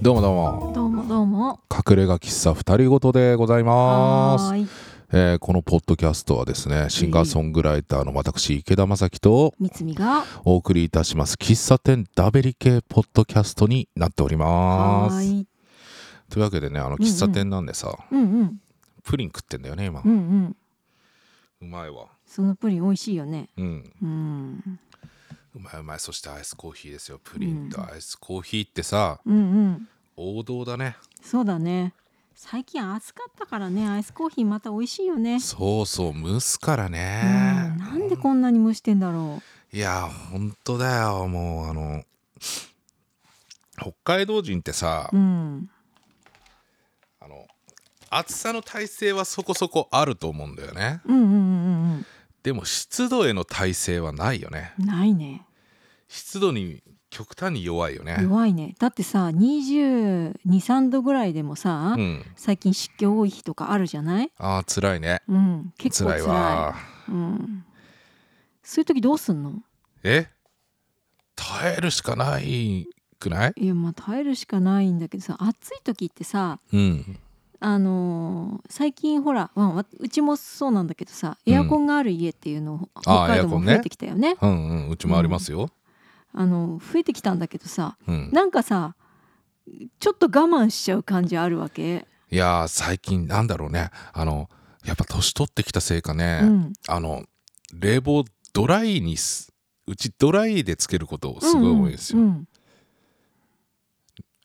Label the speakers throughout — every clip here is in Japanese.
Speaker 1: どうもどうも
Speaker 2: どうもどうも。
Speaker 1: 隠れ家喫茶二人ごとでございます
Speaker 2: は、ーい。
Speaker 1: えーこのポッドキャストはですねシンガーソングライターの私池田正樹と
Speaker 2: みつみが。
Speaker 1: お送りいたします喫茶店ダベリ系ポッドキャストになっておりま
Speaker 2: はー
Speaker 1: す
Speaker 2: い。
Speaker 1: というわけでねあの
Speaker 2: うん
Speaker 1: 喫茶店なんでさ、
Speaker 2: うんうん。
Speaker 1: プリン食ってんだよね今、
Speaker 2: うんうん。
Speaker 1: うまいわ
Speaker 2: そのプリン美味しいよね。
Speaker 1: うん
Speaker 2: うん。
Speaker 1: うまいうまいそしてアイスコーヒーですよプリンとアイスコーヒーってさ、
Speaker 2: うんうん。
Speaker 1: 王道だね
Speaker 2: そうだね。最近暑かったからね、アイスコーヒーまた美味しいよね。
Speaker 1: そうそう蒸すから
Speaker 2: う
Speaker 1: ね
Speaker 2: ん。、なんでこんなに蒸してんだろ
Speaker 1: いや本当だよもうあの北海道人ってさ、
Speaker 2: う。うん。
Speaker 1: あの暑さの耐性はそこそこあると思うんだよね
Speaker 2: うんうんうんうん
Speaker 1: でも湿度への耐性はないよね
Speaker 2: うん。ないね。
Speaker 1: 湿度に極端に弱いよね
Speaker 2: 弱いね。だってさ、二十二三度ぐらいでもさ、
Speaker 1: うん
Speaker 2: 最近湿気多い日とかあるじゃない？
Speaker 1: あー辛いね
Speaker 2: うん。結構
Speaker 1: 辛
Speaker 2: 辛
Speaker 1: い
Speaker 2: い。
Speaker 1: わ
Speaker 2: うん。そういう時どうすんの？
Speaker 1: え耐えるしかないくない
Speaker 2: いやまあ耐えるしかないんだけどさ暑い時ってさ
Speaker 1: うん
Speaker 2: あのー最近ほら、まあわうちもそうなんだけどさ
Speaker 1: うん
Speaker 2: エアコンがある家っていうの
Speaker 1: あ
Speaker 2: 北
Speaker 1: ー
Speaker 2: 海
Speaker 1: エア
Speaker 2: 道
Speaker 1: コン
Speaker 2: も
Speaker 1: ね
Speaker 2: 増えてきたよね。
Speaker 1: うんうんうちもありますよ、
Speaker 2: あの増えてきたんだけどさ
Speaker 1: うん、
Speaker 2: なんかさちょっと我慢しちゃう感じあるわけ。
Speaker 1: いやー最近なんだろうねあのやっぱ年取ってきたせいかね、
Speaker 2: うん、
Speaker 1: あの冷房ドライにすうちドライでつけることすごい多いんですよ、
Speaker 2: うんうん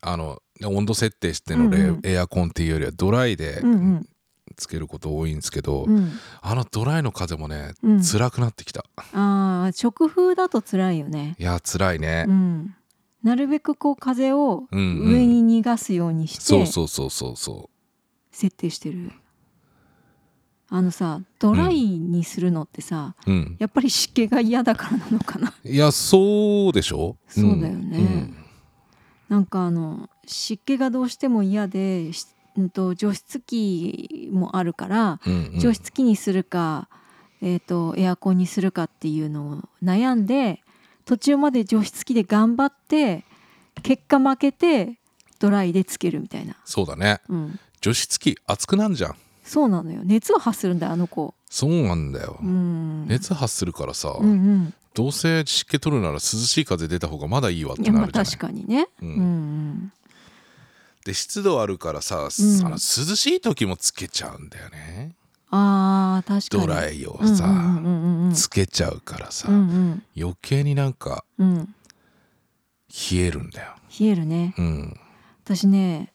Speaker 1: あの温度設定してのレ、
Speaker 2: うんうん
Speaker 1: エアコンっていうよりはドライで
Speaker 2: うん
Speaker 1: つけること多いんですけど、
Speaker 2: うんうん
Speaker 1: あのドライの風もね
Speaker 2: うん
Speaker 1: 辛くなってきた、
Speaker 2: あー食風だと辛いよね。
Speaker 1: いや辛いね
Speaker 2: う、ん、なるべくこう風を
Speaker 1: うんうん
Speaker 2: 上に逃がすようにして、
Speaker 1: そうそうそうそうそ
Speaker 2: 設定してるあのさドライにするのってさ、
Speaker 1: ううん
Speaker 2: やっぱり湿気が嫌だからなのかな
Speaker 1: いやそうでしょ
Speaker 2: そうだよね
Speaker 1: うん
Speaker 2: なんかあの湿気がどうしても嫌でしうんと除湿機もあるから
Speaker 1: うんうんうん
Speaker 2: 除湿機にするか、えー、とエアコンにするかっていうのを悩んで途中まで除湿機で頑張って結果負けてドライでつけるみたいな、
Speaker 1: そうだね
Speaker 2: うん、
Speaker 1: 除湿機熱くなんじゃん
Speaker 2: そうなのよ熱を発するんだよあの子。
Speaker 1: そうなんだよ、
Speaker 2: うん、
Speaker 1: 熱発するからさ、
Speaker 2: うんうん
Speaker 1: どうせ湿気取るなら涼しい風出た方がまだいいわって
Speaker 2: いや
Speaker 1: な
Speaker 2: ま
Speaker 1: る
Speaker 2: あ
Speaker 1: じゃない
Speaker 2: 確かにね、
Speaker 1: う
Speaker 2: うんんうん
Speaker 1: で湿度あるからさ、
Speaker 2: うん
Speaker 1: あの涼しい時もつけちゃうんだよね
Speaker 2: あー確か
Speaker 1: ド
Speaker 2: に
Speaker 1: ラ
Speaker 2: イ
Speaker 1: イを
Speaker 2: うん
Speaker 1: さ、
Speaker 2: うんうんうんうん
Speaker 1: つけちゃうからさ、
Speaker 2: うんうん
Speaker 1: 余計になんか
Speaker 2: うん
Speaker 1: 冷えるんだよ
Speaker 2: 冷えるね
Speaker 1: うん
Speaker 2: 私ね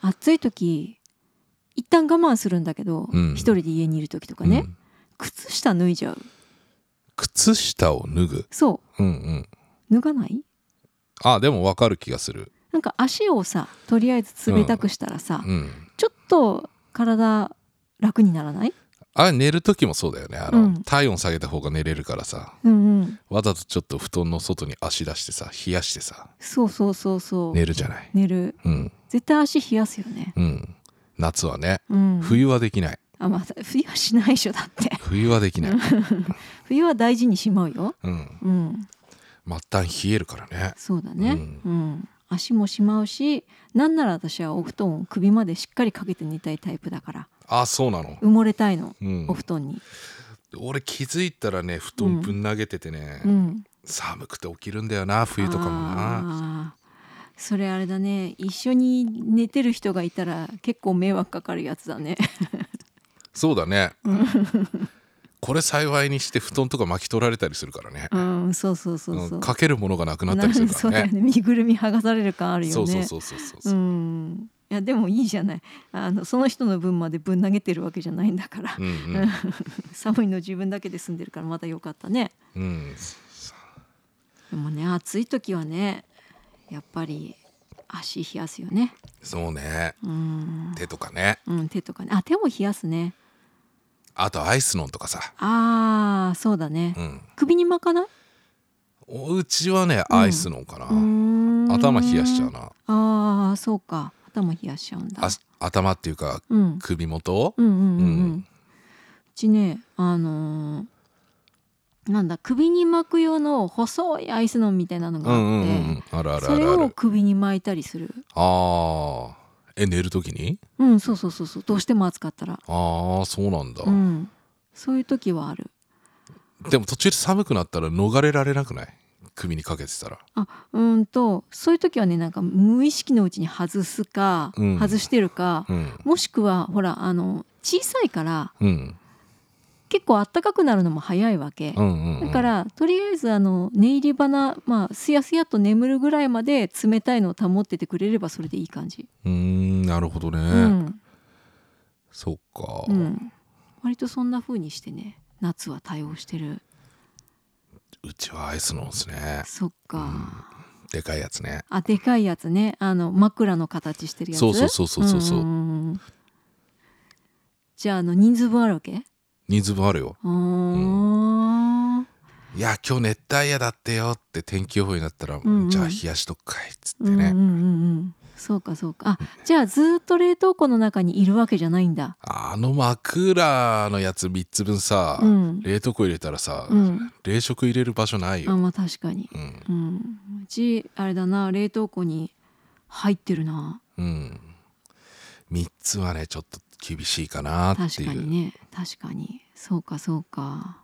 Speaker 2: 暑い時一旦我慢するんだけど、
Speaker 1: うん
Speaker 2: 一人で家にいる時とかね、
Speaker 1: うん
Speaker 2: 靴下脱いじゃう
Speaker 1: 靴下を脱ぐ
Speaker 2: そ
Speaker 1: うんうん
Speaker 2: う脱がない
Speaker 1: あでもわかる気がする
Speaker 2: なんか足をさとりあえず冷たくしたらさ、
Speaker 1: うん
Speaker 2: ちょっと体楽にならない
Speaker 1: あれ寝る時もそうだよねあの、
Speaker 2: うん
Speaker 1: 体温下げた方が寝れるからさ
Speaker 2: うんうん
Speaker 1: わざとちょっと布団の外に足出してさ冷やしてさ
Speaker 2: そうそうそうそう、
Speaker 1: 寝るじゃない
Speaker 2: 寝る
Speaker 1: うん
Speaker 2: 絶対足冷やすよね、
Speaker 1: うん夏はね
Speaker 2: うん、
Speaker 1: 冬はできない
Speaker 2: あ、まあ、冬はしないでしょだって
Speaker 1: 冬はできない、
Speaker 2: 冬は大事にしまうよ。
Speaker 1: うん、
Speaker 2: うん、
Speaker 1: 末端冷えるからね
Speaker 2: そうだね。
Speaker 1: う
Speaker 2: うんん、足もしまうし、なんなら私はお布団を首までしっかりかけて寝たいタイプだから、
Speaker 1: あそうなの、
Speaker 2: 埋もれたいの、
Speaker 1: うん
Speaker 2: お、布団に。
Speaker 1: 俺気づいたらね布団ぶん投げててね、
Speaker 2: うん、
Speaker 1: 寒くて起きるんだよな冬とかもな
Speaker 2: な。それあれだね一緒に寝てる人がいたら結構迷惑かかるやつ だね
Speaker 1: そうだねこれ幸いにして布団とか巻き取られたりするからね
Speaker 2: うんそうそうそうそう
Speaker 1: うんかけるものがなくなったりする
Speaker 2: な
Speaker 1: か
Speaker 2: そうだ
Speaker 1: ら
Speaker 2: よ
Speaker 1: ね
Speaker 2: ね身ぐるみ剥がされる感あるよね
Speaker 1: そうそうそうそうそうそううん
Speaker 2: いやでもいいじゃないあのその人の分までぶん投げてるわけじゃないんだから
Speaker 1: うんうん
Speaker 2: 寒いの自分だけで住んでるからまだ良かったね
Speaker 1: うん
Speaker 2: でもね暑い時はねやっぱり足冷やすよね
Speaker 1: そうね
Speaker 2: うん、
Speaker 1: 手とかね
Speaker 2: うん、手とかねあ手も冷やすね
Speaker 1: あとアイスのんとかさ
Speaker 2: あーそうだね、
Speaker 1: うん
Speaker 2: 首に巻かない
Speaker 1: おうちはねアイスのんか
Speaker 2: うー
Speaker 1: なん頭冷やしちゃうな
Speaker 2: あーそうか頭冷やしちゃうんだ
Speaker 1: あ頭っていうか
Speaker 2: うん、うん
Speaker 1: 首元
Speaker 2: うんうんう
Speaker 1: う
Speaker 2: んうんちねあのーなんだ首に巻く用の細いアイスのみたいなのが
Speaker 1: うんうん
Speaker 2: あ
Speaker 1: う
Speaker 2: って、
Speaker 1: んあるある
Speaker 2: そ
Speaker 1: あ
Speaker 2: れ
Speaker 1: るあ
Speaker 2: を
Speaker 1: る
Speaker 2: 首に巻いたりする
Speaker 1: ああえ寝る時に
Speaker 2: うんそうそうそうそうどうしても暑かったら
Speaker 1: ああそうなんだ、
Speaker 2: うんそういう時はある
Speaker 1: でも途中で寒くなったら逃れられなくない首にかけてたら
Speaker 2: うーんとそういう時はねなんか無意識のうちに外すか、
Speaker 1: うん
Speaker 2: 外してるか、
Speaker 1: うん
Speaker 2: もしくはほらあの小さいから
Speaker 1: うん
Speaker 2: 結構あったかくなるのも早いわけ、
Speaker 1: うんうんうん
Speaker 2: だからとりあえずあの寝入り花まあすやすやと眠るぐらいまで冷たいのを保っててくれればそれでいい感じ、
Speaker 1: うーんなるほどね、
Speaker 2: うん、
Speaker 1: そっか、
Speaker 2: う、
Speaker 1: うん
Speaker 2: 割とそんな風にしてね夏は対応してる
Speaker 1: ちはアイスのですね
Speaker 2: そっか、
Speaker 1: でかいやつね
Speaker 2: あでかいやつねあの枕の形してるやつ
Speaker 1: そうそうそうそうそうそうん
Speaker 2: んんじゃああの人数分あるわけ
Speaker 1: 人数分あるよ
Speaker 2: うーん
Speaker 1: いや今日熱帯夜だってよって天気予報になったら、
Speaker 2: んうん
Speaker 1: じゃあ冷やしとくかいっつって
Speaker 2: うんうんうん
Speaker 1: ね、
Speaker 2: うんそうかそうかあじゃあずっと冷凍庫の中にいるわけじゃないんだ
Speaker 1: あの枕のやつ3つ分さ、
Speaker 2: うん
Speaker 1: 冷凍庫入れたらさ、
Speaker 2: うん
Speaker 1: 冷食入れる場所ない
Speaker 2: あ
Speaker 1: よ、
Speaker 2: まあ確かに
Speaker 1: うん
Speaker 2: うんうちあれだな冷凍庫に入ってるな
Speaker 1: うん、3つはねちょっと厳しいかなって
Speaker 2: 確
Speaker 1: いう
Speaker 2: かにね確かにそうかそうか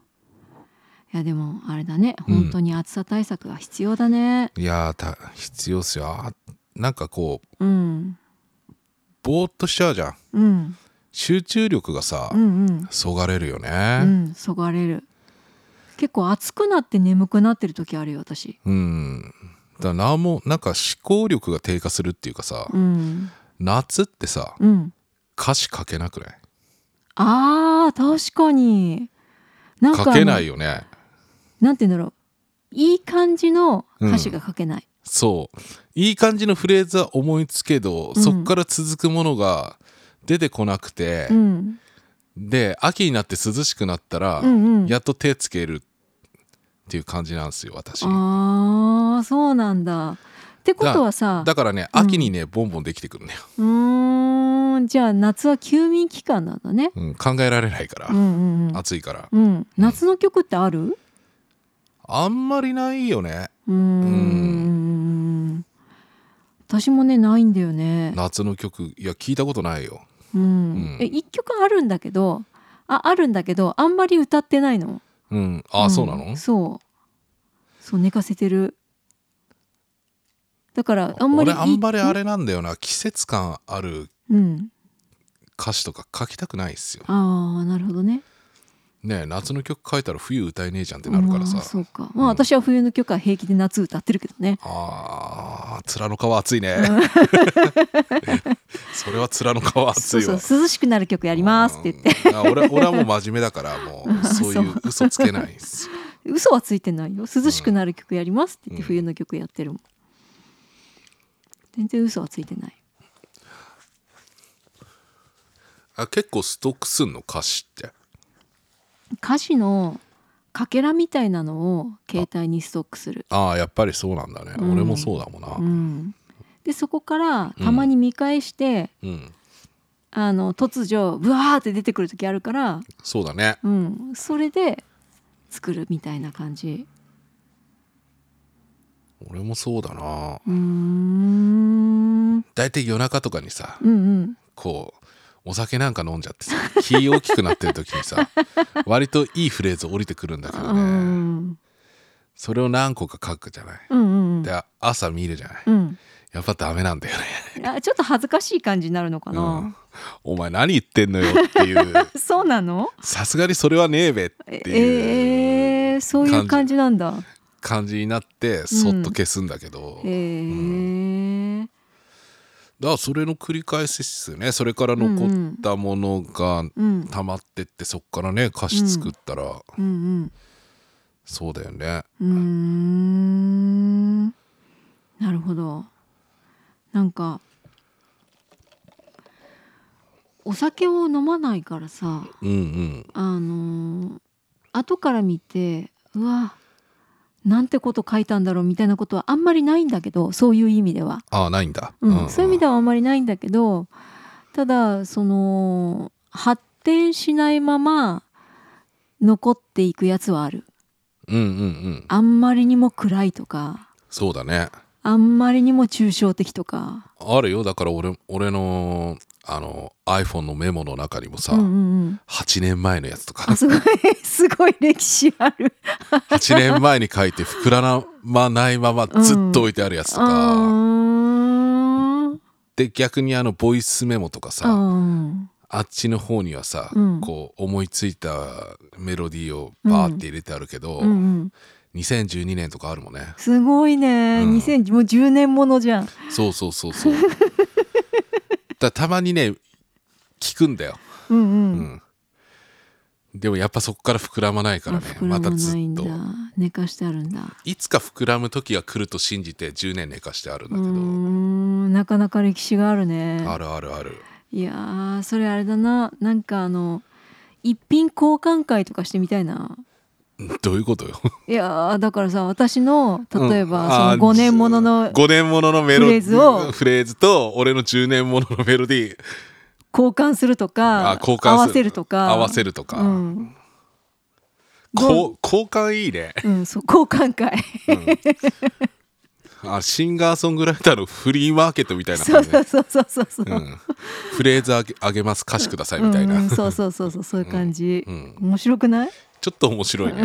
Speaker 2: いやでもあれだね本当に暑さ対策が必要だね
Speaker 1: いやーた必要っすよあなんかこう
Speaker 2: うん
Speaker 1: ぼーっとしちゃうじゃん
Speaker 2: うん
Speaker 1: 集中力がさ、
Speaker 2: うんうん
Speaker 1: そがれるよね、
Speaker 2: うんそがれる結構暑くなって眠くなってる時あるよ私
Speaker 1: うん。だからなんもなんか思考力が低下するっていうかさ、
Speaker 2: うん
Speaker 1: 夏ってさ
Speaker 2: うん
Speaker 1: 歌詞書けなくない
Speaker 2: あー確かになんか
Speaker 1: 書けない
Speaker 2: よ
Speaker 1: よね
Speaker 2: なんて言うんだろういい感じの歌詞が書けない、
Speaker 1: そういい感じのフレーズは思いつけど、
Speaker 2: うん
Speaker 1: そっから続くものが出てこなくて
Speaker 2: う、ん
Speaker 1: で秋になって涼しくなったら、
Speaker 2: うんうん
Speaker 1: やっと手つけるっていう感じなんですよ私
Speaker 2: あーそうなんだってことはさ
Speaker 1: だからね
Speaker 2: うん
Speaker 1: 秋にね、ボンボンできてくるんだよ、
Speaker 2: うーんじゃあ夏は休眠期間なんだね。
Speaker 1: うん、考えられないから、
Speaker 2: うんうんうん。
Speaker 1: 暑いから
Speaker 2: うん、夏の曲ってある？
Speaker 1: あんまりないよね
Speaker 2: うーん。私もねないんだよね。
Speaker 1: 夏の曲いや聞いたことないよ
Speaker 2: うん。
Speaker 1: うん
Speaker 2: え一曲あるんだけど、ああるんだけどあんまり歌ってないの。
Speaker 1: うんあ、
Speaker 2: ん
Speaker 1: そうなの
Speaker 2: そう。そう寝かせてる。だからあんまり
Speaker 1: 俺あんまりあ
Speaker 2: れ。
Speaker 1: れなんだよな季節感ある
Speaker 2: うん。
Speaker 1: 歌詞とか書きたくないっすよ
Speaker 2: ああなるほどね。
Speaker 1: ねえ夏の曲書いたら冬歌えねえじゃんってなるから
Speaker 2: あーそ
Speaker 1: さ
Speaker 2: うか。
Speaker 1: う
Speaker 2: まあ
Speaker 1: ん
Speaker 2: 私は冬の曲は平気で夏歌ってるけどね。
Speaker 1: あー面の皮暑いね それは面の皮暑いわ
Speaker 2: そうそう涼しくなる曲やりますって言って
Speaker 1: うんあ俺俺はもう真面目だからも うそういう嘘つけないっすよ
Speaker 2: 嘘はついてないよ涼しくなる曲やりますって言って
Speaker 1: うん
Speaker 2: 冬の曲やってるもん全然嘘はついてない
Speaker 1: あ結構ストックすんの歌詞って
Speaker 2: 歌詞のかけらみたいなのを携帯にストックする
Speaker 1: ああやっぱりそうなんだね、
Speaker 2: うん
Speaker 1: 俺もそうだもんな
Speaker 2: うんでそこからたまに見返して、
Speaker 1: うん
Speaker 2: あの突如ブワーって出てくる時あるから、
Speaker 1: そうだね
Speaker 2: うん、それで作るみたいな感じ
Speaker 1: 俺もそうだな
Speaker 2: うーんうん
Speaker 1: 大体夜中とかにさ
Speaker 2: うん
Speaker 1: こうお酒なんか飲んじゃ ってさ気大きくなってる時にさ割といいフレーズ降りてくるんだけど
Speaker 2: う
Speaker 1: ね
Speaker 2: ん
Speaker 1: それを何個か書くじゃない
Speaker 2: うんうん
Speaker 1: で朝見るじゃない
Speaker 2: うん
Speaker 1: やっぱダメなんだよね
Speaker 2: あちょっと恥ずかしい感じになるのかな、
Speaker 1: お前何言ってんのよっていう
Speaker 2: そうなの
Speaker 1: さすがにそれはねえべっ
Speaker 2: え
Speaker 1: ていう
Speaker 2: えーそういう感じなんだ
Speaker 1: 感じになってそっと消すんだけど、
Speaker 2: えー
Speaker 1: だからそれの繰り返しっすよねそれから残ったものが
Speaker 2: うん
Speaker 1: 溜まってってそっからね歌詞作ったら、
Speaker 2: うん
Speaker 1: そうだよね
Speaker 2: うんうーんなるほどなんかお酒を飲まないからさ
Speaker 1: うんうん
Speaker 2: あのー後から見てうわなんてこと書いたんだろうみたいなことはあんまりないんだけどそういう意味では
Speaker 1: ああないんだ、
Speaker 2: うん、そういう意味で
Speaker 1: は
Speaker 2: はあんまりないんだけどただその発展しないまま残っていくやつはある
Speaker 1: うんうんうん
Speaker 2: あんまりにも暗いとか
Speaker 1: そうだね
Speaker 2: あんまりにも抽象的とか
Speaker 1: あるよだから俺俺のあの iPhone のメモの中にもさ、
Speaker 2: うんうんうん
Speaker 1: 8年前のやつとか
Speaker 2: あすごい すごい歴史ある
Speaker 1: 8年前に書いて膨らまないままずっと置いてあるやつと
Speaker 2: あ
Speaker 1: か、
Speaker 2: ー
Speaker 1: で逆にあのボイスメモとかさ、
Speaker 2: うん
Speaker 1: あっちの方にはさ、
Speaker 2: うん
Speaker 1: こう思いついたメロディーをバーって入れてあるけど、
Speaker 2: うんうん
Speaker 1: 2012年とかあるもんね
Speaker 2: すごいね、
Speaker 1: うん
Speaker 2: 2000もう10年ものじゃん
Speaker 1: そうそうそう そうだたまにね聞くんだよ、
Speaker 2: うんう、
Speaker 1: うんん、でもやっぱそこから膨らまないからね
Speaker 2: あ膨
Speaker 1: ま
Speaker 2: ら
Speaker 1: た
Speaker 2: ま
Speaker 1: ず
Speaker 2: な
Speaker 1: っ
Speaker 2: いんだ
Speaker 1: と
Speaker 2: 寝かしてあるんだ
Speaker 1: いつか膨らむ時が来ると信じて10年寝かしてあるんだ
Speaker 2: うー
Speaker 1: けど、
Speaker 2: んなかなか歴史があるね
Speaker 1: あるあるある
Speaker 2: いやーそれあれだななんかあの一品交換会とかしてみたいな
Speaker 1: どういうことよ
Speaker 2: いやーだからさ私の例え
Speaker 1: うんあー
Speaker 2: ばその5年ものの
Speaker 1: 5年もののメロ
Speaker 2: フレーズを
Speaker 1: フレーズと俺の10年もののメロディー
Speaker 2: 交換すると
Speaker 1: あ
Speaker 2: か
Speaker 1: 交換する
Speaker 2: 合わせるとか
Speaker 1: 合わせるとか、
Speaker 2: うん、
Speaker 1: こう交換いいね、
Speaker 2: うん、そう交換会
Speaker 1: うんあシンガーソングライターのフリーマーケットみたいな
Speaker 2: そう
Speaker 1: 感じ
Speaker 2: そう
Speaker 1: ね
Speaker 2: そうそうそうそう、
Speaker 1: うん、フレーズあげあげます歌詞くださいみたいな、
Speaker 2: うんうんそうそうそうそうそういう感じ、
Speaker 1: うん
Speaker 2: 面白くない
Speaker 1: ちょっと面白いね、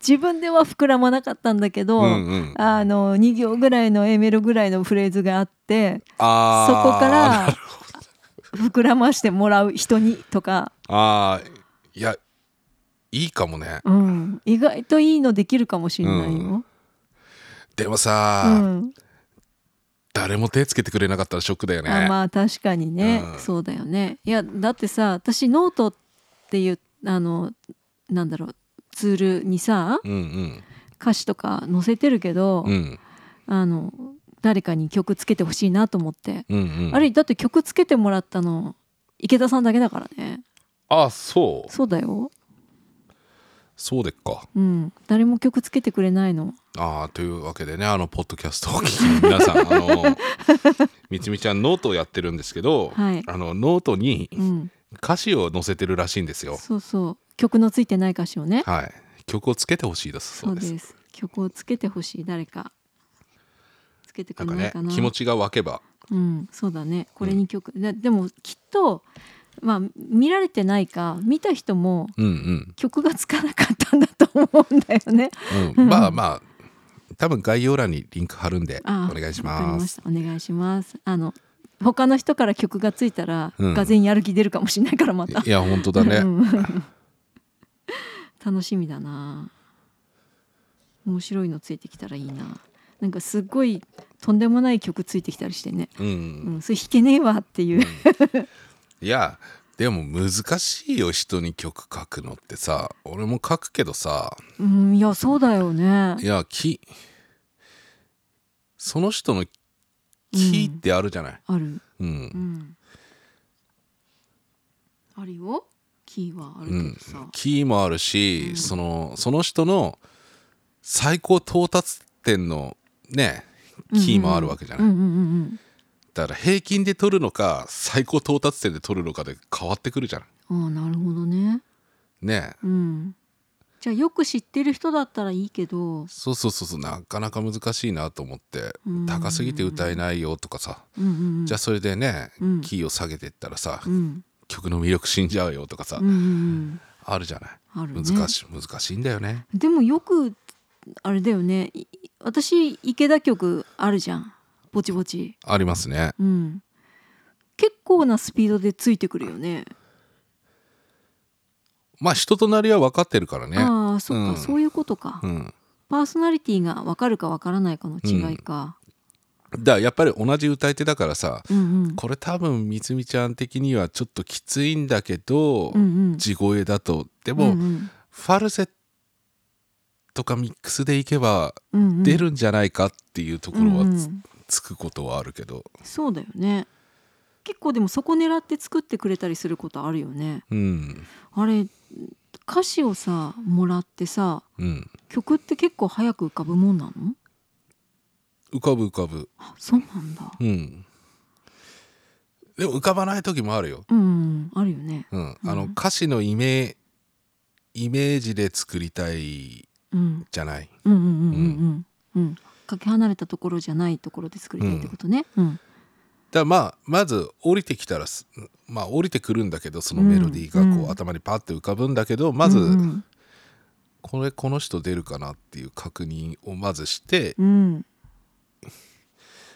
Speaker 2: 自分では膨らまなかったんだけど、
Speaker 1: うんうん
Speaker 2: あの2行ぐらいの A メロぐらいのフレーズがあって
Speaker 1: あ
Speaker 2: そ
Speaker 1: ー
Speaker 2: こか
Speaker 1: な
Speaker 2: ら
Speaker 1: るほど
Speaker 2: 膨らましてもらう人にとか、
Speaker 1: あーいやいいかもね
Speaker 2: うん、意外といいのできるかもしれないよ。
Speaker 1: でも
Speaker 2: う
Speaker 1: さ、
Speaker 2: ん
Speaker 1: 誰も手つけてくれなかったらショックだよね
Speaker 2: あまあ確かにね、
Speaker 1: うん
Speaker 2: そうだよね。いやだってさ私ノートっていうあのなんだろうツールにさ
Speaker 1: うんうん
Speaker 2: 歌詞とか載せてるけど、
Speaker 1: うん
Speaker 2: あの誰かに曲つけてほしいなと思って、
Speaker 1: うんうん
Speaker 2: あれだって曲つけてもらったの池田さんだけだからね
Speaker 1: あそう
Speaker 2: そうだよ
Speaker 1: そうでっか
Speaker 2: うん誰も曲つけてくれないの
Speaker 1: あーというわけでねあのポッドキャストをお聞きの皆さんあのみちみちゃんノートをやってるんですけど、
Speaker 2: はい
Speaker 1: あのノートに
Speaker 2: うん
Speaker 1: 歌詞を載せてるらしいんですよ、
Speaker 2: そうそう曲のついてない歌詞をね
Speaker 1: はい曲をつけてほしいです
Speaker 2: そ
Speaker 1: そう
Speaker 2: う
Speaker 1: で
Speaker 2: です
Speaker 1: す
Speaker 2: 曲をつけてほしい誰かつけてく
Speaker 1: なん
Speaker 2: れ
Speaker 1: かね
Speaker 2: ないかな
Speaker 1: 気持ちが湧けば
Speaker 2: うんそうだねこれに曲、ででもきっとまあ見られてないか見た人も
Speaker 1: うんうん
Speaker 2: 曲がつかなかったんだと思うんだよね
Speaker 1: うん、まあまあ多分概要欄にリンク貼るんで
Speaker 2: ああ
Speaker 1: お願いし
Speaker 2: わかり
Speaker 1: ま
Speaker 2: ますしたお願いしますあの他の人から曲がついたら、
Speaker 1: うん
Speaker 2: がぜんやる気出るかもしれないからまた
Speaker 1: いや本当だね、
Speaker 2: うん 楽しみだな面白いのついてきたらいいななんかすっごいとんでもない曲ついてきたりしてね、
Speaker 1: うん
Speaker 2: うん、それ弾けねえわっていう、
Speaker 1: いやでも難しいよ人に曲書くのってさ俺も書くけどさ
Speaker 2: うん、いやそうだよね
Speaker 1: いやきその人のキーってあるじゃない、
Speaker 2: ある
Speaker 1: うん
Speaker 2: うんあるよキーはある
Speaker 1: う
Speaker 2: け
Speaker 1: ん
Speaker 2: どさ、
Speaker 1: キーもあるし、
Speaker 2: うん
Speaker 1: そのその人の最高到達点のねキーもあるわけじゃない、
Speaker 2: うんうんうんうん
Speaker 1: だから平均で取るのか最高到達点で取るのかで変わってくるじゃない
Speaker 2: ああなるほどね
Speaker 1: ね
Speaker 2: うんじゃあよく知ってる人だったらいいけど、
Speaker 1: そうそうそうそうなかなか難しいなと思って、
Speaker 2: うん
Speaker 1: 高すぎて歌えないよとかさ、
Speaker 2: うんうんうん、
Speaker 1: じゃあそれでね、
Speaker 2: うん
Speaker 1: キーを下げてったらさ、
Speaker 2: うん
Speaker 1: 曲の魅力死んじゃうよとかさ、
Speaker 2: うんうんうん
Speaker 1: あるじゃない
Speaker 2: あるね
Speaker 1: 難しい難しいんだよね
Speaker 2: でもよくあれだよねい私池田曲あるじゃんぼちぼち
Speaker 1: ありますね
Speaker 2: うん結構なスピードでついてくるよね
Speaker 1: まあ人となりは分かってるからね
Speaker 2: ああそっか、
Speaker 1: うん
Speaker 2: そういうことか、
Speaker 1: うん
Speaker 2: パーソナリティが分かるか分からないかの違いか、
Speaker 1: だからやっぱり同じ歌い手だからさ
Speaker 2: うん、うんうん
Speaker 1: これ多分みつみちゃん的にはちょっときついんだけど、
Speaker 2: うんうん
Speaker 1: 地声だとでも、
Speaker 2: うんうん
Speaker 1: ファルセットかミックスでいけば
Speaker 2: うんうん
Speaker 1: 出るんじゃないかっていうところは
Speaker 2: うんう
Speaker 1: つ,、
Speaker 2: ん
Speaker 1: くことはあるけど
Speaker 2: そうだよね結構でもそこ狙って作ってくれたりすることあるよね
Speaker 1: うん
Speaker 2: あれ歌詞をさもらってさ
Speaker 1: うん
Speaker 2: 曲って結構早く浮かぶもんなの
Speaker 1: 浮かぶ浮かぶ
Speaker 2: あそうなんだ
Speaker 1: うんでも浮かばない時もあるよ、
Speaker 2: うんうんあるよね
Speaker 1: うん、
Speaker 2: うん
Speaker 1: あの歌詞のイメイメージで作りたい
Speaker 2: うん
Speaker 1: じゃない
Speaker 2: うんうんうんうんうんうんかけ離れたところじゃないところで作りたいってことね。うん
Speaker 1: だからまあまず降りてきたらすまあ降りてくるんだけどそのメロディーがこう、
Speaker 2: うんうん
Speaker 1: 頭にパッて浮かぶんだけどまず
Speaker 2: うんうん
Speaker 1: これこの人出るかなっていう確認をまずして、
Speaker 2: うん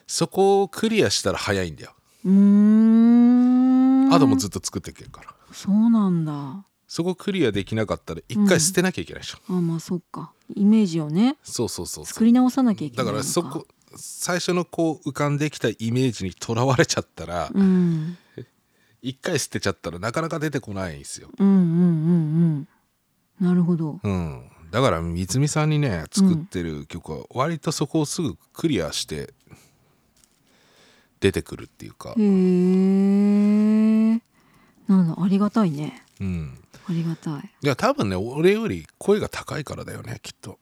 Speaker 1: そこをクリアしたら早いんだよ、
Speaker 2: うーん
Speaker 1: あともうずっと作っていけるから
Speaker 2: そうなんだあ
Speaker 1: そこクリアできなかったら一回捨てなきゃいけないでしょ、
Speaker 2: まあそっかイメージをね
Speaker 1: そうそうそうそ
Speaker 2: 作
Speaker 1: う
Speaker 2: り直さなきゃいけな
Speaker 1: だか
Speaker 2: いの
Speaker 1: らそこ最初のこう浮かんできたイメージにとらわれちゃったら
Speaker 2: うん
Speaker 1: 一、回捨てちゃったらなかなか出てこないんですよ
Speaker 2: うんうんうんうんなるほど
Speaker 1: うんだから三つみさんにね作ってる曲は割とそこをすぐクリアして出てくるっていうか
Speaker 2: へ、えなんだありがたいね
Speaker 1: うん、
Speaker 2: ありがたい
Speaker 1: いや多分ね俺より声が高いからだよねきっと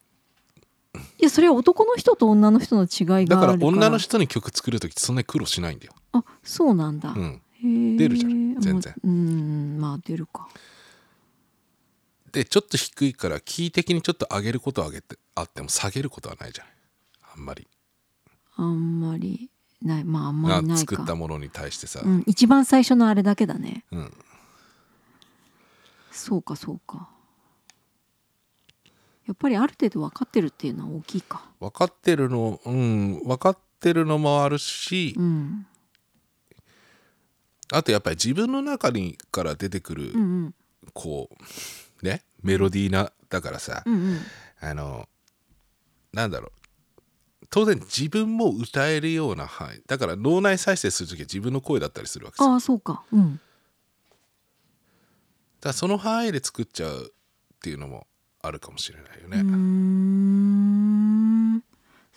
Speaker 2: いやそれは男の人と女の人の違い
Speaker 1: だ
Speaker 2: があ
Speaker 1: から
Speaker 2: るから
Speaker 1: 女の人に曲作る時ってそんなに苦労しないんだよ、
Speaker 2: あそうなんだ、
Speaker 1: うん、
Speaker 2: へえ
Speaker 1: 出るじゃん全然
Speaker 2: まあうんまあ出るか
Speaker 1: でちょっと低いからキー的にちょっと上げることは上げてあっても下げることはないじゃないあんまり
Speaker 2: あんまりないまああんまり
Speaker 1: な
Speaker 2: ない
Speaker 1: 作
Speaker 2: か
Speaker 1: ったものに対してさ、
Speaker 2: うん、一番最初のあれだけだね
Speaker 1: うん
Speaker 2: そうかそうかやっぱりある程度分かってるっていうのは大きいか
Speaker 1: 分かってるのうん分かってるのもあるし、
Speaker 2: うん
Speaker 1: あとやっぱり自分の中にから出てくる、
Speaker 2: うんうん
Speaker 1: こうねメロディーなだからさ、
Speaker 2: うんうん
Speaker 1: あのなんだろう当然自分も歌えるような範囲だから脳内再生する時は自分の声だったりするわけですよ
Speaker 2: ああそうかうん
Speaker 1: だからその範囲で作っちゃうっていうのもあるかもしれないよ
Speaker 2: うー
Speaker 1: ね、
Speaker 2: ん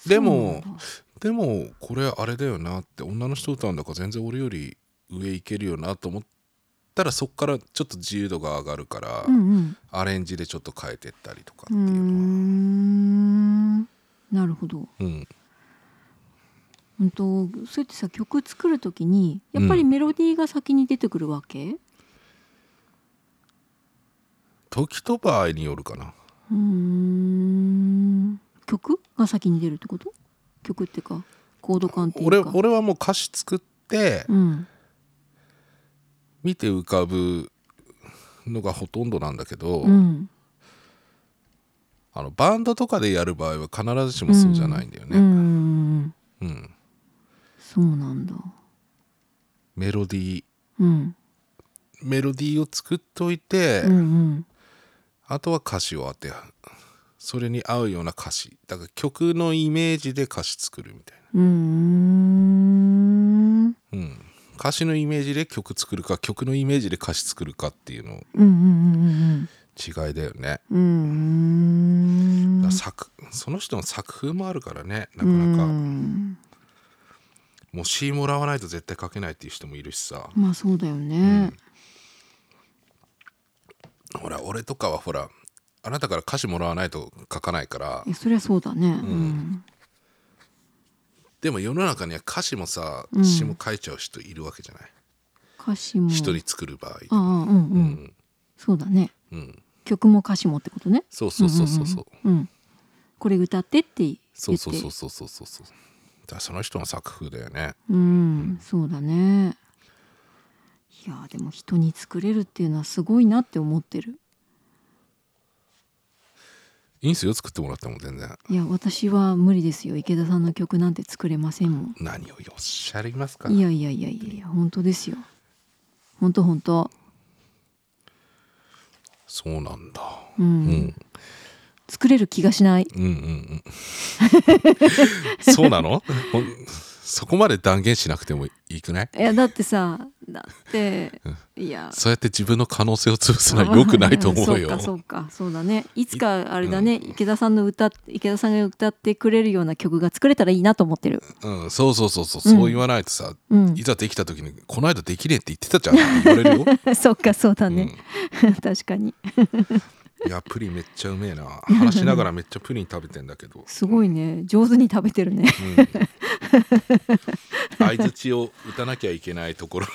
Speaker 1: でも
Speaker 2: そうなんだ
Speaker 1: でもこれあれだよなって女の人歌うんだから全然俺より上いけるよなと思ったらそっからちょっと自由度が上がるから、
Speaker 2: うんうん
Speaker 1: アレンジでちょっと変えてったりとかっ
Speaker 2: う
Speaker 1: て
Speaker 2: ー
Speaker 1: いうのは
Speaker 2: んなるほど
Speaker 1: うん
Speaker 2: うんとそうやってさ曲作る時にやっぱりメロディーが先に出てくるわけ、
Speaker 1: 時と場合によるかな
Speaker 2: うーん曲が先に出るってこと曲ってかコード感っていう
Speaker 1: 俺
Speaker 2: か
Speaker 1: 俺はもう歌詞作って
Speaker 2: うん
Speaker 1: 見て浮かぶのがほとんどなんだけど、
Speaker 2: うん
Speaker 1: あのバンドとかでやる場合は必ずしもそうじゃないんだよ
Speaker 2: う
Speaker 1: ね、
Speaker 2: ん
Speaker 1: うん、
Speaker 2: そうなんだ
Speaker 1: メロディー
Speaker 2: うん
Speaker 1: メロディーを作っといて、
Speaker 2: うんうん
Speaker 1: あとは歌詞を当てそれに合うような歌詞だから曲のイメージで歌詞作るみたいう
Speaker 2: ーん
Speaker 1: な、うん、歌詞のイメージで曲作るか曲のイメージで歌詞作るかっていうの
Speaker 2: うんうん
Speaker 1: 違いだよね、
Speaker 2: うんうんうんうーん
Speaker 1: だから作その人の作風もあるからねなか
Speaker 2: う
Speaker 1: なか、
Speaker 2: ん
Speaker 1: もう詩もらわないと絶対書けないっていう人もいるしさ
Speaker 2: まあそうだよね
Speaker 1: ほら俺とかはほらあなたから歌詞もらわないと書かないから
Speaker 2: いやそりゃそうだねうん
Speaker 1: でも世の中には歌詞もさ
Speaker 2: うん
Speaker 1: 詩も書いちゃう人いるわけじゃない、
Speaker 2: 歌詞も
Speaker 1: 一人作る場合
Speaker 2: ああうんう
Speaker 1: うんん
Speaker 2: そうだね
Speaker 1: うん
Speaker 2: 曲も歌詞もってことね
Speaker 1: そうそうそうそうそう,、
Speaker 2: うんうんうんうんこれ歌ってって言って
Speaker 1: そうそうそうそうそうそうそうだからその人の作風だよね
Speaker 2: うんそうだねいやーでも人に作れるっていうのはすごいなって思ってる
Speaker 1: いいんすよ作ってもらっても全然
Speaker 2: いや私は無理ですよ池田さんの曲なんて作れませんもん
Speaker 1: 何をおっしゃりますか
Speaker 2: いやいやいやいやいや本当ですよ本当本当
Speaker 1: そうなんだ
Speaker 2: うん、
Speaker 1: うん
Speaker 2: 作れる気がしない
Speaker 1: うんうんうん そうなのほんそこまで断言しなくてもいいくない
Speaker 2: いやだってさだっていや
Speaker 1: そうやって自分の可能性を潰すのは良くないと思う
Speaker 2: そ
Speaker 1: よ
Speaker 2: うかそうかそうだねいつかあれだね、池田さんの歌って池田さんが歌ってくれるような曲が作れたらいいなと思ってる
Speaker 1: うん、そうそうそうそうそう言わないとさ、
Speaker 2: うん
Speaker 1: いざできた時に「この間できねえって言ってたじゃん」って言われるよ
Speaker 2: そっかそうだね、 確かに
Speaker 1: いやプリンめっちゃうめえな話しながらめっちゃプリン食べてんだけど、
Speaker 2: すごいね上手に食べてるね
Speaker 1: うん相づちを打たなきゃいけないところ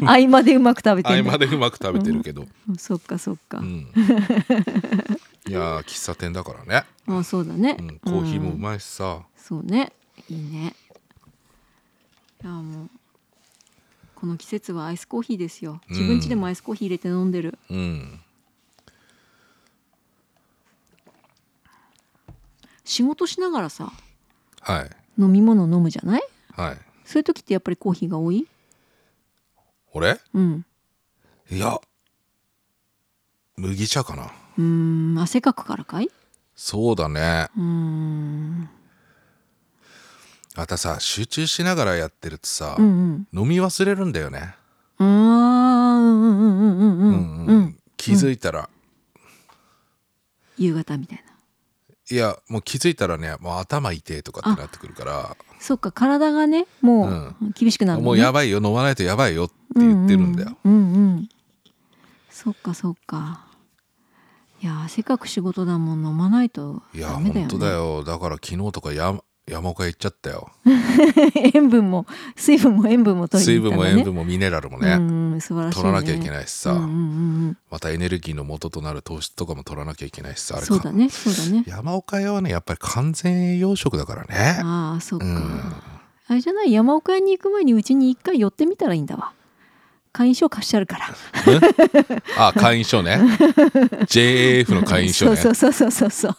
Speaker 2: 合間でうまく食べて
Speaker 1: 合
Speaker 2: るんだ
Speaker 1: 間でうまく食べてるけど、
Speaker 2: うんそっかそっか、
Speaker 1: うん、いやー喫茶店だからね、
Speaker 2: まあそうだね、
Speaker 1: うん、コーヒーもうまいしさ、
Speaker 2: そうねいいねいやもうこの季節はアイスコーヒーですよ自分家でもアイスコーヒー入れて飲んでる、
Speaker 1: うん、
Speaker 2: 仕事しながらさ
Speaker 1: はい
Speaker 2: 飲み物飲むじゃない
Speaker 1: はい
Speaker 2: そういう時ってやっぱりコーヒーが多い
Speaker 1: 俺
Speaker 2: うん
Speaker 1: いや麦茶かな
Speaker 2: うーん汗かくからかい
Speaker 1: そうだね
Speaker 2: うーん
Speaker 1: またさ集中しながらやってるとさ、
Speaker 2: うんうん
Speaker 1: 飲み忘れるんだよね、
Speaker 2: あーうんうんうんうんう
Speaker 1: うんん
Speaker 2: う
Speaker 1: うんん
Speaker 2: うん
Speaker 1: 気づいたら、
Speaker 2: 夕方みたいない
Speaker 1: やもう気づいたらねもう頭痛えとかってなってくるか
Speaker 2: そっか体がねもう厳しくな
Speaker 1: ら
Speaker 2: るのね、
Speaker 1: もうやばいよ飲まないとやばいよって言ってるんだよ、
Speaker 2: うんうん、うんうんそっかそっかいやせっかく仕事だもん飲まないと
Speaker 1: いや
Speaker 2: ダメだよ、ね、
Speaker 1: 本当だよだから昨日とかや山岡行っちゃったよ
Speaker 2: 塩分も水分も塩分も取り
Speaker 1: 水
Speaker 2: に行っ
Speaker 1: 分
Speaker 2: たの
Speaker 1: も
Speaker 2: ね
Speaker 1: 塩分もミネラルもね、
Speaker 2: うんうん素晴らしい、ね、
Speaker 1: 取らなきゃいけ
Speaker 2: い
Speaker 1: ないしさ、
Speaker 2: うんうんうんうん、
Speaker 1: またエネルギーの元となる糖質とかも取らなきゃいけないしさあれか
Speaker 2: そうだねそうだね
Speaker 1: 山岡屋はねやっぱり完全栄養食だからね
Speaker 2: ああそっか、
Speaker 1: うん
Speaker 2: あれじゃない山岡屋に行く前にうちに一回寄ってみたらいいんだわ会員証貸してあるから
Speaker 1: あ会員証ね JAF の 会員証ね
Speaker 2: そうそうそうそうそう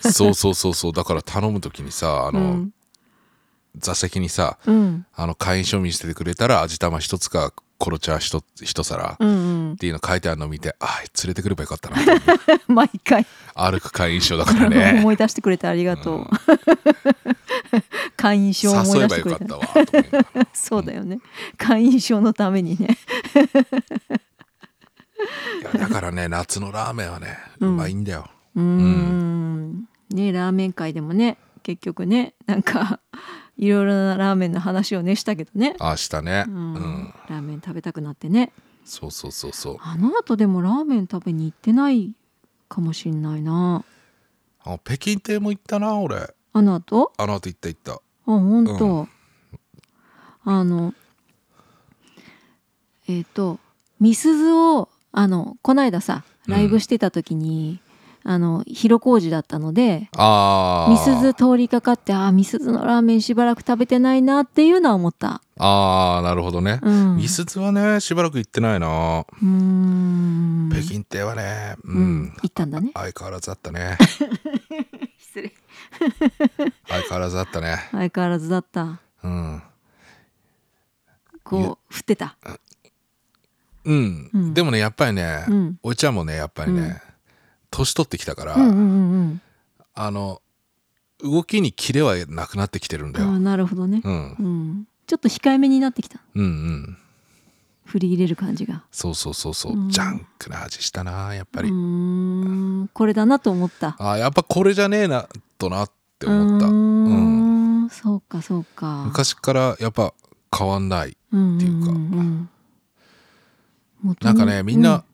Speaker 1: そうそうそうそうだから頼む時にさあ
Speaker 2: う
Speaker 1: の、
Speaker 2: ん
Speaker 1: 座席にさ
Speaker 2: うん
Speaker 1: あの会員証見せてくれたら味玉一つかコロチャ一つ一皿っ
Speaker 2: うんうん
Speaker 1: ていうの書いてあるのを見てあ連れてくればよかったなと思う
Speaker 2: 毎回
Speaker 1: 歩く会員証だからね
Speaker 2: 思い出してくれてありがとう、
Speaker 1: うん
Speaker 2: 会員証を思い
Speaker 1: 誘え
Speaker 2: 出
Speaker 1: ば
Speaker 2: して
Speaker 1: よ
Speaker 2: く
Speaker 1: か
Speaker 2: れ
Speaker 1: ったたわと思いながら
Speaker 2: そうだよね会員証のためにね
Speaker 1: いやだからね夏のラーメンはね、う
Speaker 2: うん
Speaker 1: まいんだよ
Speaker 2: うーんねラーメン界でもね結局ねなんかいろいろなラーメンの話をねしたけどね、
Speaker 1: 明日ね
Speaker 2: う
Speaker 1: うんん、
Speaker 2: ラーメン食べたくなってね
Speaker 1: そうそうそうそう
Speaker 2: あの後でもラーメン食べに行ってないかもしんないな
Speaker 1: あ北京亭も行ったな俺
Speaker 2: あの後
Speaker 1: あの後行った行った
Speaker 2: あ本当、あのえっ、とみすずをあのこないださライブしてた時に、あの広小路だったので
Speaker 1: ああ
Speaker 2: みすず通りかかってあーみすずのラーメンしばらく食べてないなっていうのは思った、
Speaker 1: ああなるほどね、
Speaker 2: うん、
Speaker 1: みすずはねしばらく行ってないな
Speaker 2: うーん
Speaker 1: 北京亭はねうん、
Speaker 2: うん行ったんだね
Speaker 1: 相変わらずだった ね
Speaker 2: 失礼
Speaker 1: 相変わらずだったね
Speaker 2: 相変わらずだった
Speaker 1: うん、いや
Speaker 2: こう振ってた
Speaker 1: うん
Speaker 2: うん
Speaker 1: でもねやっぱりね、
Speaker 2: うん
Speaker 1: お茶もねやっぱりね、
Speaker 2: うん
Speaker 1: 年取ってきたから、
Speaker 2: うんうんうん
Speaker 1: あの動きにキレはなくなってきてるん
Speaker 2: う
Speaker 1: だ
Speaker 2: ん
Speaker 1: よ、
Speaker 2: あ
Speaker 1: う
Speaker 2: ー
Speaker 1: ん
Speaker 2: なるほどね、
Speaker 1: うん、
Speaker 2: うん、ちょっと控えめになってきた
Speaker 1: うん
Speaker 2: 振り入れる感じが
Speaker 1: そうそうそうそう、
Speaker 2: うん
Speaker 1: ジャンクな味したなやっぱり、
Speaker 2: うーんこれだなと思った
Speaker 1: あやっぱこれじゃねえなとなって思った、
Speaker 2: うー
Speaker 1: うん、
Speaker 2: んそうかそうか
Speaker 1: 昔からやっぱ変わんない
Speaker 2: って
Speaker 1: いうかな
Speaker 2: なん
Speaker 1: かねみんな、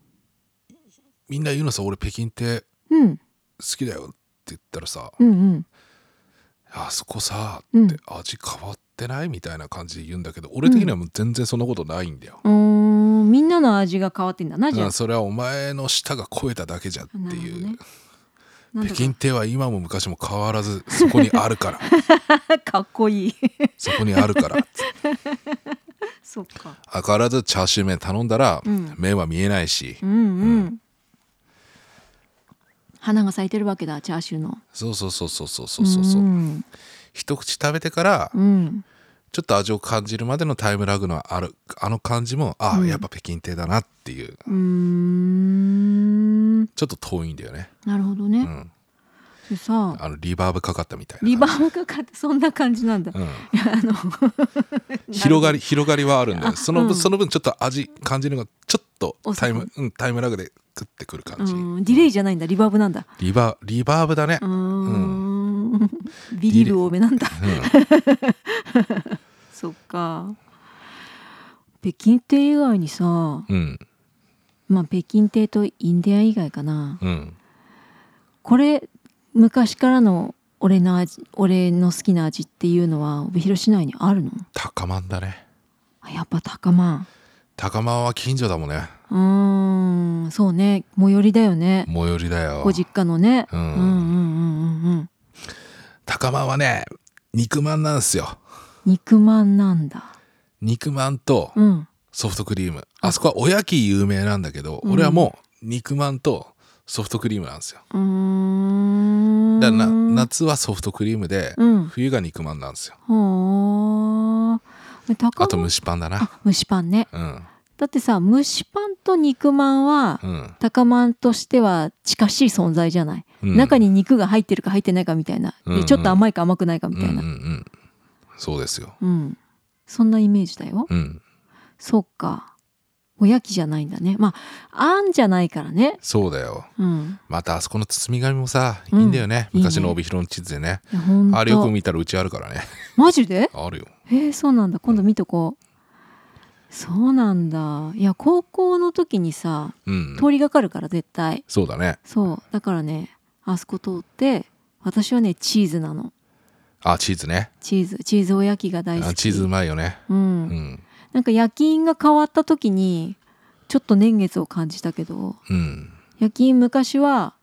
Speaker 1: みんな言うのさ俺北京亭好
Speaker 2: うん、うん
Speaker 1: きだよって言ったらさ、
Speaker 2: うんうん
Speaker 1: あそこさ
Speaker 2: うん
Speaker 1: って味変わってないみたいな感じで言うんだけど俺的にはもう全然そんなことないんだよ、
Speaker 2: うーんみんなの味が変わってんだなじゃ
Speaker 1: う
Speaker 2: あ
Speaker 1: ん、それはお前の舌が超えただけじゃってい
Speaker 2: なる
Speaker 1: う、
Speaker 2: ほどねなん
Speaker 1: 北
Speaker 2: だか
Speaker 1: 京亭は今も昔も変わらずそこにあるから
Speaker 2: かっこいい
Speaker 1: そこにあるから
Speaker 2: そっか
Speaker 1: 相変わらずチャーシュー麺頼んだら、
Speaker 2: うん
Speaker 1: 麺は見えないし、
Speaker 2: うんうん、花が咲いてるわけだチャーシューの
Speaker 1: そうそうそうそうそうそうそう
Speaker 2: うん
Speaker 1: 一口食べてから
Speaker 2: うん
Speaker 1: ちょっと味を感じるまでのタイムラグのあるあの感じもああ、
Speaker 2: うん
Speaker 1: やっぱ北京亭だなっていう
Speaker 2: うーんな
Speaker 1: ちょっと遠いんだよね、
Speaker 2: るほど
Speaker 1: う
Speaker 2: ね、
Speaker 1: ん、
Speaker 2: でさ
Speaker 1: あのリバーブかかったみたいな
Speaker 2: リバーブかかってそんな感じなんだ、
Speaker 1: うん
Speaker 2: いやあの
Speaker 1: 広がり広がりはあるんだよ
Speaker 2: あ
Speaker 1: その分、
Speaker 2: うん
Speaker 1: その分ちょっと味感じるのがちょっと
Speaker 2: 遅く
Speaker 1: タイム、うん、タイムラグで食ってくる
Speaker 2: う
Speaker 1: 感じ、
Speaker 2: んディレイじゃないんだリバーブなんだ
Speaker 1: リバリバーブだね
Speaker 2: うーんビリーブ多めなんだ
Speaker 1: うん
Speaker 2: そっか北京亭以外にさ
Speaker 1: うん
Speaker 2: まあ北京亭とインディアン以外かな
Speaker 1: うん
Speaker 2: これ昔からの俺の味俺の好きな味っていうのは帯広市内にあるの
Speaker 1: 高まんだね
Speaker 2: あやっぱ高ま
Speaker 1: 高まは近所だもんね
Speaker 2: うーんそうね最寄りだよね
Speaker 1: 最寄りだよ
Speaker 2: ご実家のね、
Speaker 1: う
Speaker 2: うんん、うんうんうんうん
Speaker 1: 高まはね肉まんなんですよ
Speaker 2: 肉まんなんだ
Speaker 1: 肉まんと
Speaker 2: うん
Speaker 1: ソフトクリームあそこはおやき有名なんだけど、
Speaker 2: うん
Speaker 1: 俺はもう肉まんとソフトクリームなんですよ
Speaker 2: うーん
Speaker 1: だからな夏はソフトクリームで、
Speaker 2: うん
Speaker 1: 冬が肉まんなんですよ
Speaker 2: ほー高
Speaker 1: あと
Speaker 2: ま
Speaker 1: 蒸しパンだな
Speaker 2: あ蒸しパンね
Speaker 1: うん
Speaker 2: だってさ蒸しパンと肉まんは
Speaker 1: うん、
Speaker 2: 高まんとしては近しい存在じゃない、
Speaker 1: うん、
Speaker 2: 中に肉が入ってるか入ってないかみたいな、
Speaker 1: うんうん
Speaker 2: でちょっと甘いか甘くないかみた
Speaker 1: う
Speaker 2: いな、
Speaker 1: んうんうん、そうですよ
Speaker 2: うん、そんなイメージだよ。
Speaker 1: うん
Speaker 2: そっか。おやきじゃないんだね。まあ、あんじゃないからね。
Speaker 1: そうだよ
Speaker 2: うん。
Speaker 1: またあそこの包み紙もさい
Speaker 2: うん
Speaker 1: いんだよね、
Speaker 2: いいね
Speaker 1: 昔の帯広の地図でね
Speaker 2: いや、ほんと。
Speaker 1: あれよく見たらうちあるからね
Speaker 2: マジで
Speaker 1: あるよ
Speaker 2: へえ、そうなんだ。今度見とこう。そうなんだ。いや、高校の時にさ、
Speaker 1: うん
Speaker 2: 通りがかるから絶対。
Speaker 1: そうだね
Speaker 2: そう。だからね、あそこ通って、私はね、チーズなの。
Speaker 1: あチーズね
Speaker 2: チーズ。チーズおやきが大好
Speaker 1: あ
Speaker 2: き。
Speaker 1: チーズうまいよね
Speaker 2: う。
Speaker 1: うんん
Speaker 2: なんか夜勤が変わった時に、ちょっと年月を感じたけど、
Speaker 1: うん
Speaker 2: 夜勤昔は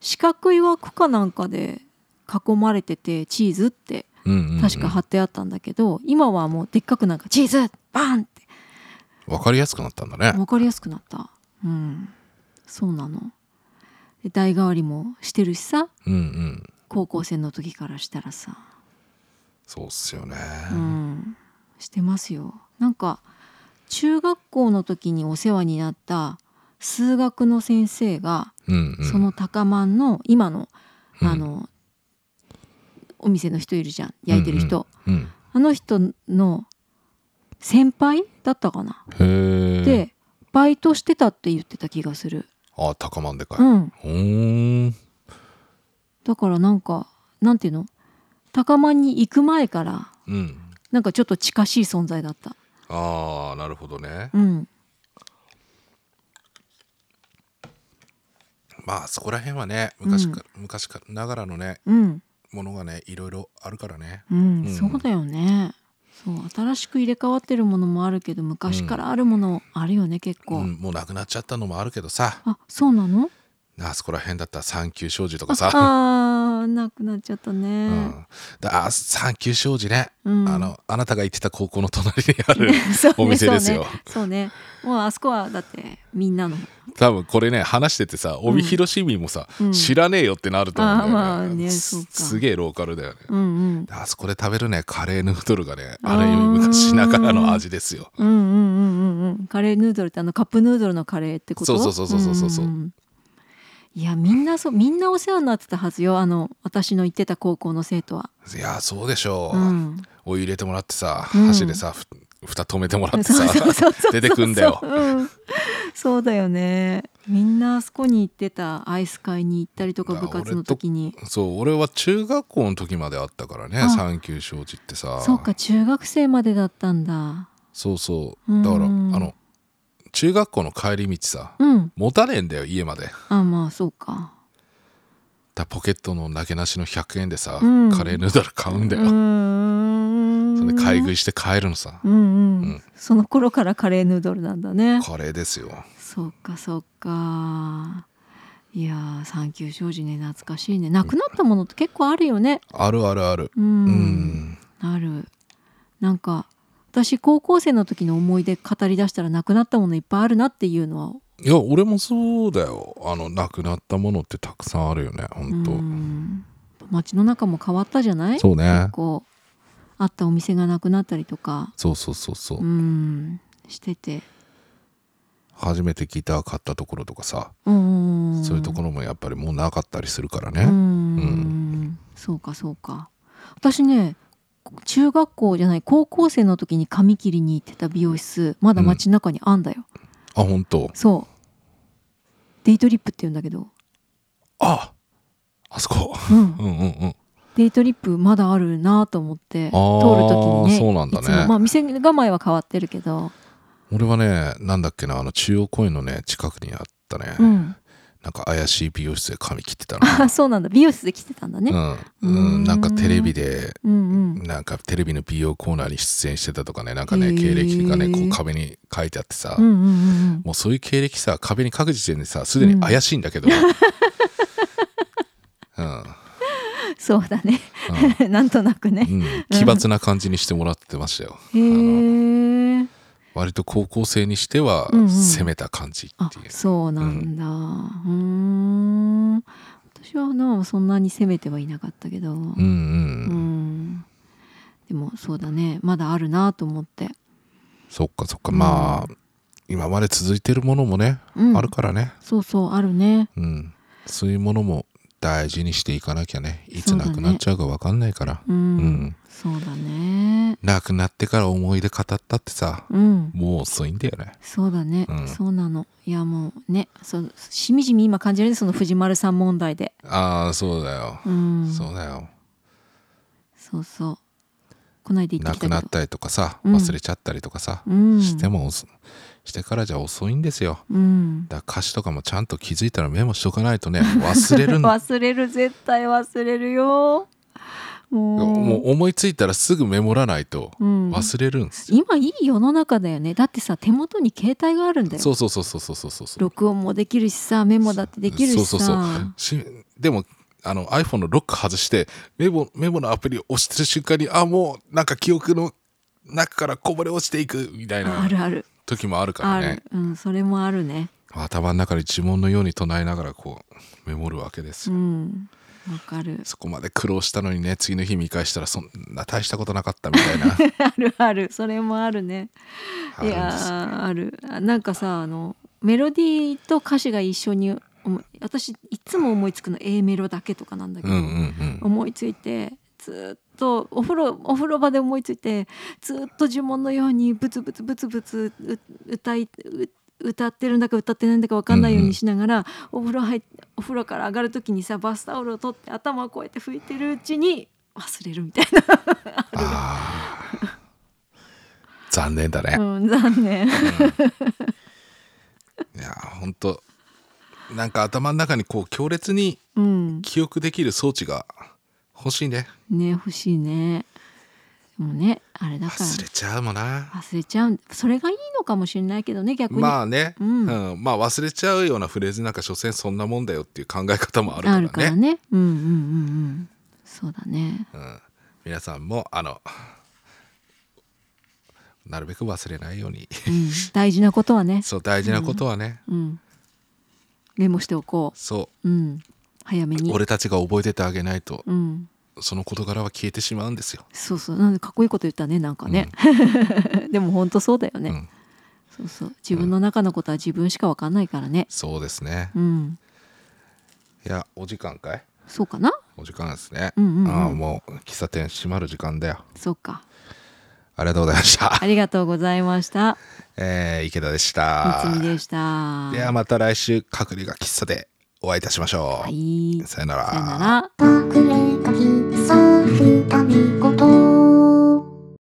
Speaker 2: 四角い枠かなんかで囲まれててチーズって
Speaker 1: うんうんうん
Speaker 2: 確か貼ってあったんだけど、今はもうでっかくなんかチーズバーンって
Speaker 1: わかりやすくなったんだね
Speaker 2: 分かりやすくなったうんそうなので代替わりもしてるしさ
Speaker 1: うんうん
Speaker 2: 高校生の時からしたらさ
Speaker 1: そうっすよね
Speaker 2: うんしてますよなんか中学校の時にお世話になった数学の先生が
Speaker 1: うんうん
Speaker 2: その高まんの今の
Speaker 1: うん
Speaker 2: あの、お店の人いるじゃん焼いてる人、
Speaker 1: うん
Speaker 2: あの人の先輩だったかな、
Speaker 1: へー
Speaker 2: でバイトしてたって言ってた気がする、
Speaker 1: あ高まんでかい
Speaker 2: うん
Speaker 1: ほーん
Speaker 2: だからなんかなんていうの高間に行く前から
Speaker 1: うん
Speaker 2: なんかちょっと近しい存在だった
Speaker 1: ああなるほどね
Speaker 2: うん
Speaker 1: まあそこら辺はね昔から、昔からながらのね
Speaker 2: うん
Speaker 1: ものがねいろいろあるからね
Speaker 2: うん、
Speaker 1: うん
Speaker 2: そうだよねそう新しく入れ替わってるものもあるけど昔からあるものあるよね結構、
Speaker 1: うん、もうなくなっちゃったのもあるけどさ
Speaker 2: あそうなの
Speaker 1: あそこら辺だったら三級障子と
Speaker 2: あ
Speaker 1: かさ
Speaker 2: あーなくなっちゃった
Speaker 1: う
Speaker 2: ね、
Speaker 1: ん、だあ三級障子ね、
Speaker 2: うん
Speaker 1: あのあなたが行ってた高校の隣にある
Speaker 2: そうね
Speaker 1: お店ですよ
Speaker 2: そうねそうねもうあそこはだってみんなの
Speaker 1: 多分これね話しててさ帯広市民もさ、
Speaker 2: うん
Speaker 1: 知らねえよってなると思うんだよね,、
Speaker 2: あーまあねそうか
Speaker 1: すげえローカルだよね
Speaker 2: うんうん
Speaker 1: あそこで食べるねカレーヌードルがねあ
Speaker 2: あ
Speaker 1: れ
Speaker 2: ー
Speaker 1: 昔ながらの味ですよ
Speaker 2: うんうんうんうんうんカレーヌードルってあのカップヌードルのカレーってこと
Speaker 1: そうそうそうそうそうそうん
Speaker 2: んんいやみんなそうみんなお世話になってたはずよあの私の行ってた高校の生徒は、
Speaker 1: いやーそうでしょ
Speaker 2: う
Speaker 1: う、
Speaker 2: ん、
Speaker 1: お湯入れてもらってさ
Speaker 2: うん
Speaker 1: 箸でさ、ふ蓋止めてもらって
Speaker 2: そう
Speaker 1: さ
Speaker 2: そうそうそう
Speaker 1: 出てくんだよ
Speaker 2: うん、そうだよねみんなあそこに行ってたアイス会に行ったりとか
Speaker 1: だか
Speaker 2: 部
Speaker 1: ら
Speaker 2: 活の時に
Speaker 1: そう俺は中学校の時まであったからね
Speaker 2: あ
Speaker 1: 三級障子ってさ
Speaker 2: そうか中学生までだったんだ
Speaker 1: そうそう
Speaker 2: うん
Speaker 1: だからあの中学校の帰り道さ
Speaker 2: うん
Speaker 1: 持たねえんだよ家までだか
Speaker 2: あまあそうから
Speaker 1: ポケットのなけなしの100円でさ、
Speaker 2: うん
Speaker 1: カレーヌードル買うんだよ、
Speaker 2: うーん
Speaker 1: それで買い食いして帰るのさ、
Speaker 2: うんうん、
Speaker 1: うん
Speaker 2: その頃からカレーヌードルなんだね
Speaker 1: カレーですよ
Speaker 2: そうかそうかいやー三級障子ね懐かしいねなくなったものって結構あるよね
Speaker 1: あるあるある
Speaker 2: うん、
Speaker 1: うん、
Speaker 2: あるなんか私高校生の時の思い出語り出したらなくなったものいっぱいあるなっていうのはい
Speaker 1: や俺もそうだよあのなくなったものってたくさんあるよねほ
Speaker 2: うん
Speaker 1: と、
Speaker 2: ん街の中も変わったじゃない
Speaker 1: そうね
Speaker 2: こうあったお店がなくなったりとか
Speaker 1: そうそうそうそう、
Speaker 2: うんしてて
Speaker 1: 初めてギター買ったところとかさ、
Speaker 2: うんんん
Speaker 1: そういうところもやっぱりもうなかったりするから
Speaker 2: うー
Speaker 1: ね、
Speaker 2: んそうかそうか私ね中学校じゃない高校生の時に髪切りに行ってた美容室まだ街中にあんだよ、
Speaker 1: あ本当
Speaker 2: そうデイトリップって言うんだけど、
Speaker 1: ああそこ
Speaker 2: うん
Speaker 1: う、んうんうん
Speaker 2: デイトリップまだあるなと思って
Speaker 1: ー
Speaker 2: 通る時にね
Speaker 1: そうなんだ
Speaker 2: い
Speaker 1: ね
Speaker 2: つもまあ店構えは変わってるけど、
Speaker 1: 俺はねなんだっけなあの中央公園のね近くにあったね、
Speaker 2: うん、
Speaker 1: なんか怪しい美容室で髪切ってた
Speaker 2: あ
Speaker 1: な、
Speaker 2: そうなんだ美容室で来てたんだね、
Speaker 1: うん
Speaker 2: うー
Speaker 1: うんん、なんかテレビで
Speaker 2: うん、うん
Speaker 1: なんかテレビの美容コーナーに出演してたとかねなんかね、
Speaker 2: へー
Speaker 1: 経歴がねこう壁に書いてあってさ、
Speaker 2: うんうんうん
Speaker 1: もうそういう経歴さ壁に書く時点でさすでに怪しいんだけど、 うん
Speaker 2: うんそうだね
Speaker 1: うん
Speaker 2: なんとなくね、
Speaker 1: うん奇抜な感じにしてもらってましたよ。
Speaker 2: へえ
Speaker 1: 割と高校生にしては
Speaker 2: うんうん
Speaker 1: 攻めた感じっ
Speaker 2: あ
Speaker 1: ていう、
Speaker 2: そうなんだうーん私はなそんなに責めてはいなかったけど
Speaker 1: うんうん
Speaker 2: う、んでもそうだねまだあるなと思って、
Speaker 1: そっかそっかまあ、今まで続いてるものもね、
Speaker 2: うん、
Speaker 1: あるからね、
Speaker 2: そうそうあるね
Speaker 1: うん、そういうものも大事にしていかなきゃねいつなくなっちゃうか分かんないから、
Speaker 2: うん、
Speaker 1: うん
Speaker 2: そうだね
Speaker 1: なくなってから思い出語ったってさ
Speaker 2: うん
Speaker 1: もう遅いんだよね
Speaker 2: そうだね、
Speaker 1: うん
Speaker 2: そうなのいやもうねそうしみじみ今感じるねその藤丸さん問題で
Speaker 1: ああそうだよ、
Speaker 2: うん
Speaker 1: そうだよ
Speaker 2: そうそうこないで言
Speaker 1: な
Speaker 2: ってきた
Speaker 1: く
Speaker 2: けど
Speaker 1: なったりとかさ
Speaker 2: うん
Speaker 1: 忘れちゃったりとかさ、
Speaker 2: うん
Speaker 1: しても遅してからじゃ遅いんですよ
Speaker 2: うん
Speaker 1: だから歌詞とかもちゃんと気づいたらメモしとかないとね忘れるんだ
Speaker 2: 忘れる絶対忘れるよもう
Speaker 1: もう思いついたらすぐメモらないと
Speaker 2: うん
Speaker 1: 忘れるんですよ、
Speaker 2: 今いい世の中だよねだってさ手元に携帯があるんだよ
Speaker 1: そうそうそうそうそうそうそうそう
Speaker 2: 録音もできるしさメモだってできるしさ
Speaker 1: そうそうそうしでもあの iPhone のロック外してメモメモのアプリを押してる瞬間にあもうなんか記憶の中からこぼれ落ちていくみたい
Speaker 2: あ
Speaker 1: な
Speaker 2: るある
Speaker 1: 時もあるから
Speaker 2: あ
Speaker 1: ね
Speaker 2: る、うん、それもあるね
Speaker 1: 頭の中で呪文のように唱えながらこうメモるわけです
Speaker 2: う
Speaker 1: よ、
Speaker 2: んわかる
Speaker 1: そこまで苦労したのにね次の日見返したらそんな大したことなかったみ たいな
Speaker 2: あるあるそれもあるね
Speaker 1: あ
Speaker 2: い
Speaker 1: るん
Speaker 2: や
Speaker 1: です
Speaker 2: ーあるあなんかさあのメロディーと歌詞が一緒に思い私いつも思いつくの A メロだけとかなんだけ
Speaker 1: うん
Speaker 2: ど、
Speaker 1: うんうん
Speaker 2: 思いついてずーっとお風呂お風呂場で思いついてずーっと呪文のようにブツブツブツブツう歌いう歌ってるんだか歌ってないんだか分かんないようにしながら、お風呂入っお風呂から上がる時にさバスタオルを取って頭をこうやって拭いてるうちに忘れるみたい
Speaker 1: あー残念だね、
Speaker 2: な、うん、残念
Speaker 1: いや本当なんか頭の中にこう強烈に
Speaker 2: うん
Speaker 1: 記憶できる装置が欲しいね
Speaker 2: ね欲しいねでもねあれだから
Speaker 1: 忘れちゃうもんな
Speaker 2: 忘れちゃうんそれがいいのかもしれないけどね逆に、
Speaker 1: まあね、
Speaker 2: う
Speaker 1: うんんまあ忘れちゃうようなフレーズなんか所詮そんなもんだよっていう考え方もあるから
Speaker 2: あ
Speaker 1: ね
Speaker 2: るからねうんうんうんうんそうだね
Speaker 1: うん、皆さんもあのなるべく忘れないよう に
Speaker 2: うん大事なことはね、
Speaker 1: そう大事なことはね、
Speaker 2: うん、メモしておこ、
Speaker 1: そう
Speaker 2: うん、早め
Speaker 1: う
Speaker 2: に、
Speaker 1: 俺たちが覚えててあげないと
Speaker 2: うん、
Speaker 1: その事柄は消えてしまうんですよ、
Speaker 2: そうそうなんでかっこいいこと言ったねなんかね、 でも本当そうだよね、
Speaker 1: うん、
Speaker 2: そうそう自分の中のことは自分しかわかんないからね
Speaker 1: そうですね、
Speaker 2: うん
Speaker 1: いやお時間かい
Speaker 2: そうかな
Speaker 1: お時間ですね、
Speaker 2: うんうんうん
Speaker 1: ああもう喫茶店閉まる時間だよ
Speaker 2: そうか
Speaker 1: ありがとうございました
Speaker 2: ありがとうございました
Speaker 1: えー、池田でし
Speaker 2: 三
Speaker 1: た
Speaker 2: つみでした
Speaker 1: ではまた来週隔離が喫茶でお会いいたしましょう、
Speaker 2: はい
Speaker 1: さよな
Speaker 2: さよなら
Speaker 3: 隠れた喫茶二人ごと